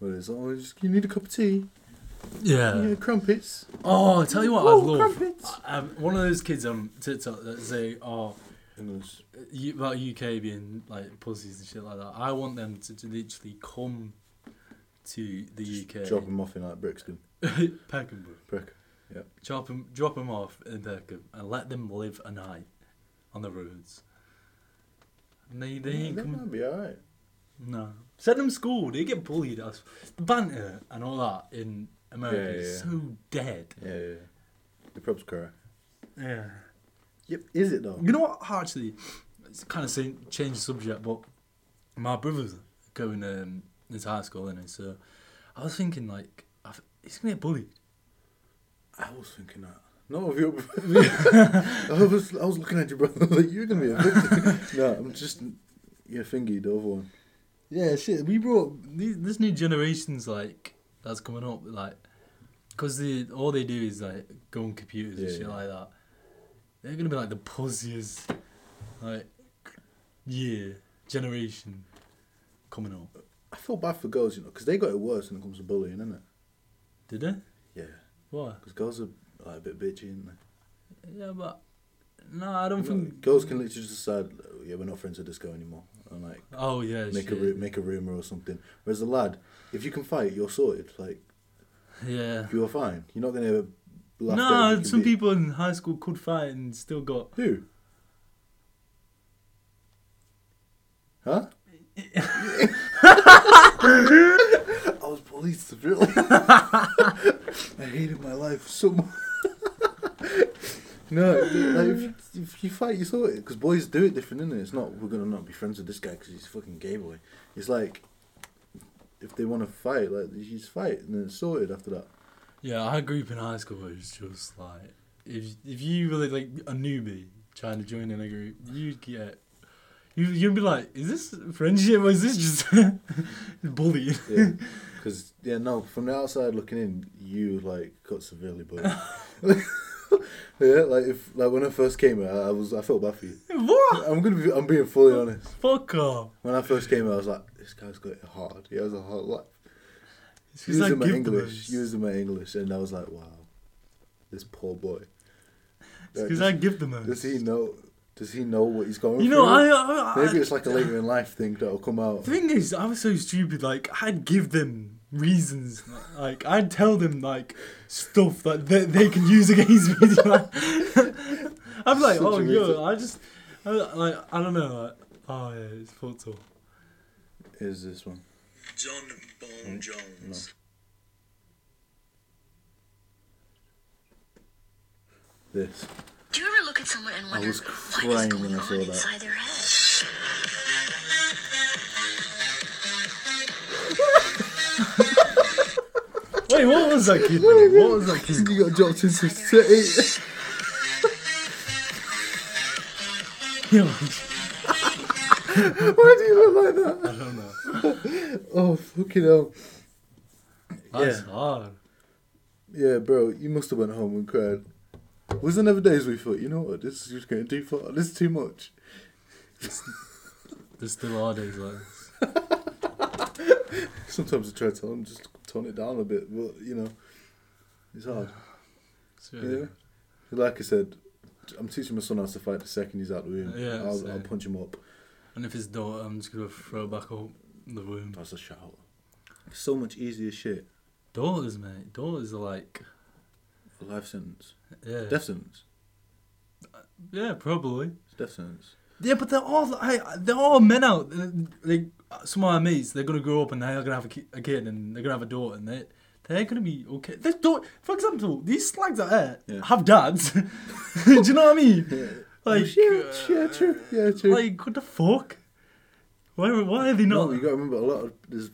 Well, it's oh, just, you need a cup of tea, you Yeah. need crumpets. Oh, I tell you what, I Ooh, love. crumpets. I, I'm one of those kids on TikTok that say, "Oh, England's you, about UK being like pussies and shit like that." I want them to, to literally come to the UK, drop them off in like Brixton, Peckham, prick. Yeah, drop them, drop them off in Peckham, and let them live a night on the roads. And they they ain't that coming. might be alright. No. Send them school. They get bullied. That's- The banter and all that in America Yeah, yeah, is yeah. so dead. Yeah, yeah, yeah. the prob's correct. Yeah. Yep, is it though? You know what? Actually, it's kind of saying change the subject, but my brother's going um, into high school, innit? So I was thinking like, I th- he's gonna get bullied. I was thinking that. No, of your (laughs) I was I was looking at your brother (laughs) like you're gonna be a victim. (laughs) no, I'm just your thingy, the other one. Yeah, shit. We brought these, this new generations like that's coming up like because they all they do is like go on computers and Yeah, shit yeah. like that. They're gonna be like the pussiest like yeah generation coming up. I feel bad for girls, you know, because they got it worse when it comes to bullying, innit? Did they? Yeah, What? because girls are like a bit bitchy, aren't they? Yeah, but no, I don't You know, think. girls can literally just decide, "Oh, yeah, we're not friends with this guy anymore, and like Oh yeah, make shit. a ru- make a rumor or something. Whereas a lad, if you can fight, you're sorted. Like (laughs) yeah. you're fine. You're not gonna. laugh No, at if you some beat- people in high school could fight and still got. Who? (laughs) Huh? I was bullied (laughs) severely. I hated my life so much. no, like, if, you, if you fight, you sort it. Because boys do it different, innit? It's not, we're going to not be friends with this guy because he's a fucking gay boy. It's like, if they want to fight, like, you just fight and then it's sorted after that. Yeah, our group in high school was just like if if you were like a newbie trying to join in a group, you'd get you you'd be like, is this friendship or is this just (laughs) bullying? Yeah. Because, yeah, no, from the outside looking in, you, like, got (laughs) severely bullied. (laughs) yeah, like, if, like, when I first came here, I, I was, I felt bad for you. (laughs) what? I'm gonna be, I'm being fully honest. Fuck off! When I first came here, I was like, this guy's got it hard. He has a hard life. It's Using like my give English, birds. using my English, and I was like, wow, this poor boy. It's Like, 'cause does- I give them most. Does he know, does he know what he's going You know, I, through? I, I Maybe it's like a later in life thing that'll come out. The thing is, I was so stupid. Like, I'd give them reasons. Like, I'd tell them like stuff that they, they can use against me. (laughs) Like, I'm like, Such oh, a reason. yo, I just, I, like, I don't know. Like, oh yeah, it's fucked up. Is this one? John Bone Jones. This. Do you ever look at someone and wonder was what is crying when going I on saw that. inside their head? Wait, what was that kid? doing? What was that kid? (laughs) You got dropped into city. doing? (laughs) Why do you look like that? I don't know. (laughs) Oh fucking hell. That's Yeah. hard. Yeah, bro, you must have went home and cried. Was there never days we thought, you know what, this is just getting too far, this is too much. There's still are days like this. Sometimes I try to tell them just tone it down a bit, but you know, it's hard. It's Yeah. really- Like I said, I'm teaching my son how to fight the second he's out the room. Yeah, I'll, I'll same. punch him up. And if it's daughter, I'm just gonna throw back up the room. That's a shout. It's so much easier shit. Daughters, mate. Daughters are like, A life sentence. yeah, Death sentence. yeah, probably. It's death sentence. Yeah, but they're all I, they're all men out. uh, Like some of my mates, they're gonna grow up and they're gonna have a, ki- a kid and they're gonna have a daughter, and they they're gonna be okay. They don't, for example, these slags out there Yeah. have dads. (laughs) Do you know what (laughs) I mean? Like, Uh, yeah, true. Yeah, uh, true. like what the fuck? Why, why are they no, not? you got to remember a lot of there's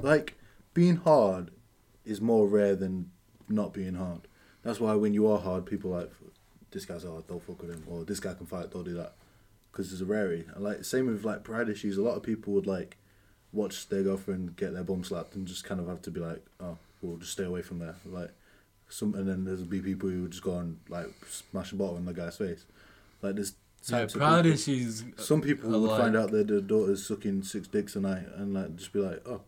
like being hard is more rare than not being hard. That's why when you are hard, people are like this guy's hard. Don't fuck with him. Or this guy can fight. Don't do that. Because there's a rarity. And like same with like pride issues. A lot of people would like watch their girlfriend get their bum slapped and just kind of have to be like, oh, we'll just stay away from there. Like some, and then there'll be people who would just go and like smash a bottle in the guy's face. Like there's yeah, types of proud people- issues. some people are would Uh, like- find out that their daughter's sucking six dicks a night and like just be like, oh,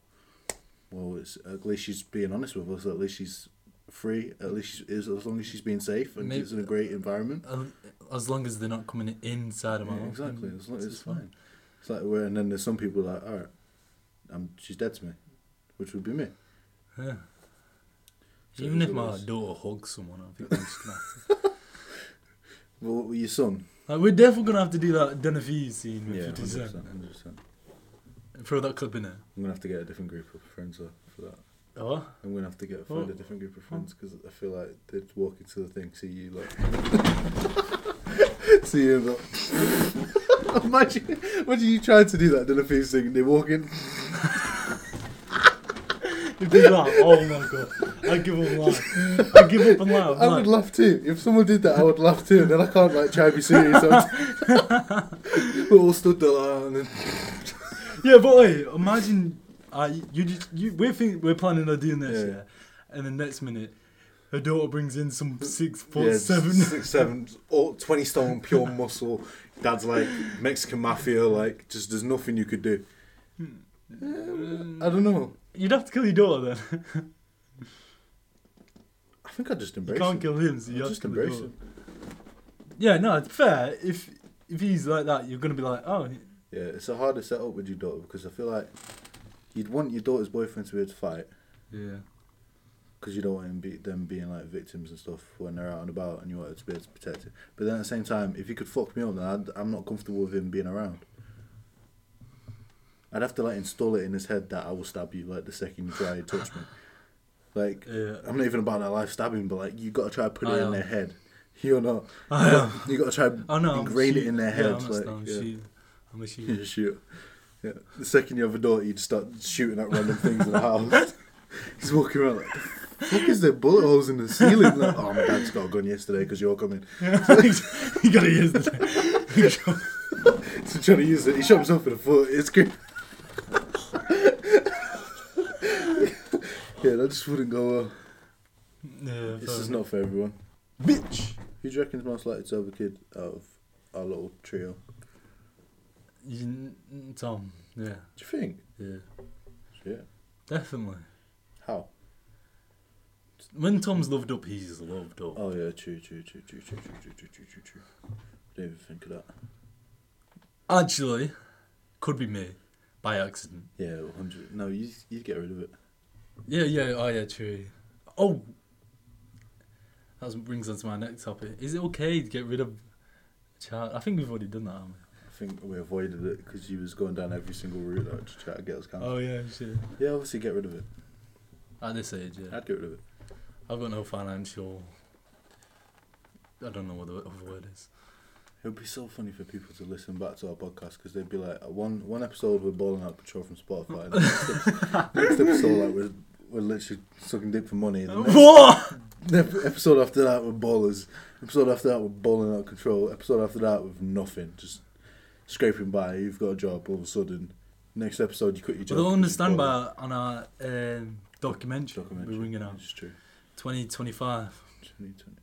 well, it's at least she's being honest with us. At least she's free. At least she's, as long as she's being safe and Maybe- she's in a great environment. uh, As long as they're not coming inside of my Yeah, house, exactly. It's, like, it's it's fine. fine. It's like where, and then there's some people like, all right, um, she's dead to me, which would be me. Yeah. So Even it if my was- daughter hugs someone, I think I'm just gonna. Have Well, what were your son? to, like, we're definitely gonna have to do that Denevie scene with 50 Cent. 100%. Throw that clip in there. I'm gonna have to get a different group of friends though, for that. Oh, I'm gonna have to get find Oh. a different group of friends because I feel like they'd walk into the thing, see you like, (laughs) see you. But (laughs) imagine, imagine you trying to do that, then a few thing, they walk in, if they laugh, oh my god, I give up laugh. I give up and laugh. I would laugh too. If someone did that, I would laugh too. And then I can't like try to be (laughs) serious. (laughs) We're all stood there, like, and then Yeah, but wait, imagine uh, you just you we're think, we're planning on doing this, yeah. Yeah. and the next minute her daughter brings in some six foot yeah, seven. (laughs) six, seven, all, twenty stone, pure muscle. Dad's like Mexican mafia, like just there's nothing you could do. Hmm. Um, I don't know. You'd have to kill your daughter then. I think I just you embrace. can't it. kill him, so you I'll have just to kill your embrace daughter. it. Yeah, no, it's fair. If if he's like that, you're gonna be like, oh, Yeah, it's a harder setup with your daughter because I feel like you'd want your daughter's boyfriend to be able to fight yeah, because you don't want him be, them being like victims and stuff when they're out and about and you want her to be able to protect it. But then at the same time, if he could fuck me up, then I'd, I'm not comfortable with him being around. I'd have to like install it in his head that I will stab you like the second you try to touch (laughs) me. Like Yeah. I'm not even about that life stabbing, but like you got to try to put it I am. in their head. (laughs) You're not. I am. You got to try to oh no, I'm ingrain shoot. it in their head. Yeah, I'm, like, a, I'm, yeah. a shoot. I'm (laughs) a You shoot. just shoot. Yeah. The second you have a daughter, you just start shooting at random things in the house. (laughs) He's walking around like, "The fuck is there bullet holes in the ceiling? Like, oh, my dad's got a gun yesterday because you're coming. (laughs) (laughs) you gotta use the So trying to use it. He shot himself in the foot. It's great. (laughs) yeah, that just wouldn't go well. yeah, This fair. is not for everyone. bitch. Who do you reckon's most likely to have a kid out of our little trio? You, Tom, yeah, Do you think? yeah, Yeah. definitely. How? When Tom's loved up, he's loved up. Oh yeah, true, true, true, true, true, true, true, true, true, true, true. I didn't even think of that. Actually, could be me by accident. Yeah, well, hundred. No, you you get rid of it. Yeah, yeah, oh yeah, true. Oh, that was- brings on to my next topic. Is it okay to get rid of a child? I think we've already done that. Haven't I think we avoided it because you was going down every single route like, to try to get us we? cancelled. Oh yeah, shit. Yeah, obviously get rid of it. At this age, yeah, I'd get rid of it. I've got no financial. I don't know what the other word is. It would be so funny for people to listen back to our podcast because they'd be like, "Uh, one one episode we're balling out patrol from Spotify. And the next, episode, (laughs) next episode, like we're we're literally sucking dick for money. The next- What? (laughs) the ep- episode after that we're ballers. Episode after that we're balling out of control. Episode after that with nothing, just scraping by. You've got a job all of a sudden. Next episode you quit your job. Well, they'll 'cause you're understand balling. by on our um, documentary, documentary. we're bringing out It's true. 2025. 2020.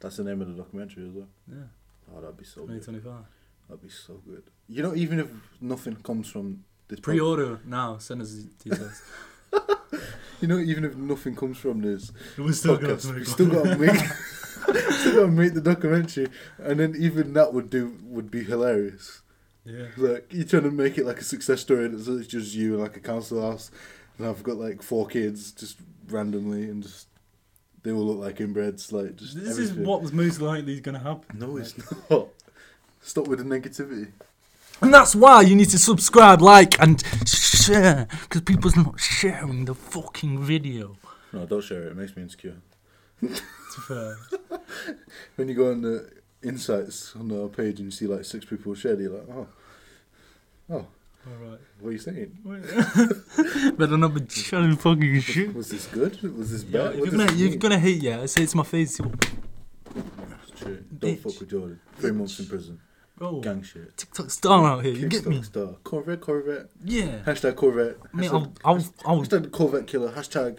That's the name of the documentary as well. Yeah, Oh, that'd be so good. 2025. That'd be so good. You know, even if nothing comes from this pod- Pre-order now. Send us details. you know, even if nothing comes from (laughs) this We're still gonna podcast, have to we (laughs) still make one. got to make, still got to make (laughs) the documentary, and then even that would do would be hilarious. Yeah. Like you're trying to make it like a success story, and it's just you and like a council house, and I've got like four kids just randomly, and just they all look like inbreds. Like just This is everything. what was most likely is going to happen. No, it's (laughs) not. Stop with the negativity. And that's why you need to subscribe, like, and sh- sh- share because people's not sharing the fucking video. (laughs) No, don't share it. It makes me insecure. To fair. When you go on the insights on our page and you see like six people shared, you're like, oh, oh, Alright. what are you saying? Better not be (laughs) sharing fucking shit. Was this good? Was this Yo, bad? What if you're does gonna, this you're mean? gonna hate, yeah, I say it's my face. It's true. Don't Bitch. fuck with Jordan. Three months in prison. Bro, Gang shit. TikTok star out Oh, here, you get Kickstart me? Star. Corvette, Corvette. Yeah. Hashtag Corvette. Mate, I'll, hashtag, I'll, I'll, hashtag Corvette killer. Hashtag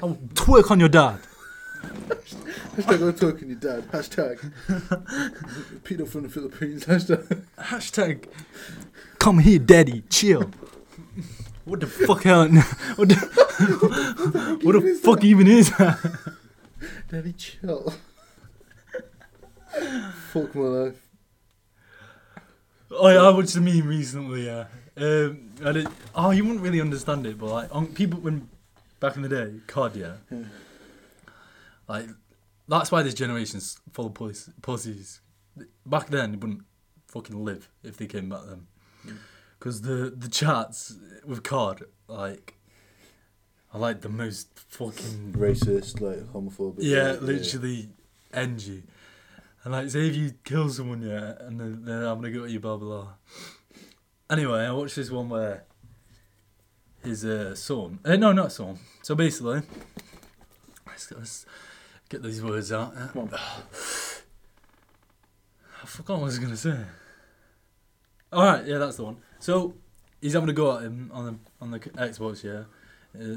I'll twerk on your dad. (laughs) hashtag I'm talking your dad. Hashtag Peter from the Philippines. Hashtag Hashtag, come here, daddy, chill. What the fuck, hell? (laughs) What the, (laughs) what the (laughs) fuck even is that? Daddy chill. (laughs) Fuck my life. Oh, yeah, I watched a meme recently. Yeah, um, and it, oh, you wouldn't really understand it, but like on people when back in the day, cod, yeah, like that's why this generation's full of puss- pussies. Back then, they wouldn't fucking live if they came back then, because the the charts with cod, like, are like the most fucking Racist, like homophobic. yeah, literally NG. And like, say if you kill someone, yeah, and then, then I'm gonna go at you, blah blah. blah. Anyway, I watched this one where his uh, son, uh, no, not son. So basically, let's, let's get these words out. Come on. (sighs) I forgot what I was gonna say. All right, yeah, that's the one. So he's having a go at him on the on the Xbox, yeah. Uh,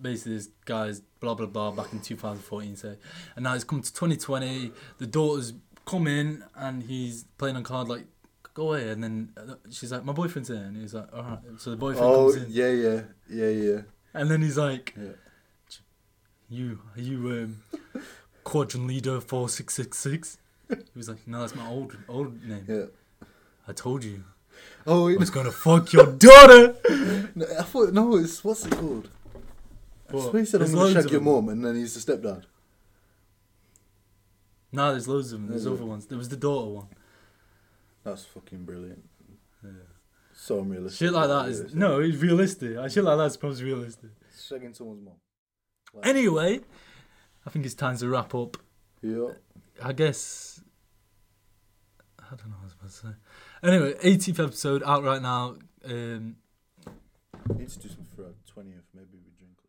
basically, this guy's blah blah blah back in 2014, say, and now it's come to 2020. The daughter's come in and he's playing on card like, go away, and then uh, she's like, my boyfriend's here, and he's like, all right. So the boyfriend Oh comes in, yeah, yeah, yeah, yeah. and then he's like, Yeah. you are you um, quadrant leader four six (laughs) six six. He was like, no, that's my old old name. Yeah. I told you. Oh, I wait, was gonna fuck your daughter. no, I thought no. It's what's it called? I What? swear he said There's I'm gonna loads shag of your them. mum, and then he's the stepdad. No, there's loads of them. There's Yeah. other ones. There was the daughter one. That's fucking brilliant. So unrealistic. Shit like that is no, it's realistic. Uh, Shit like that's probably realistic. shagging someone's mum. Anyway, I think it's time to wrap up. Yeah. I guess I don't know what I was about to say. Anyway, 18th episode out right now. Um, Need to do something for our twentieth. Maybe we drink.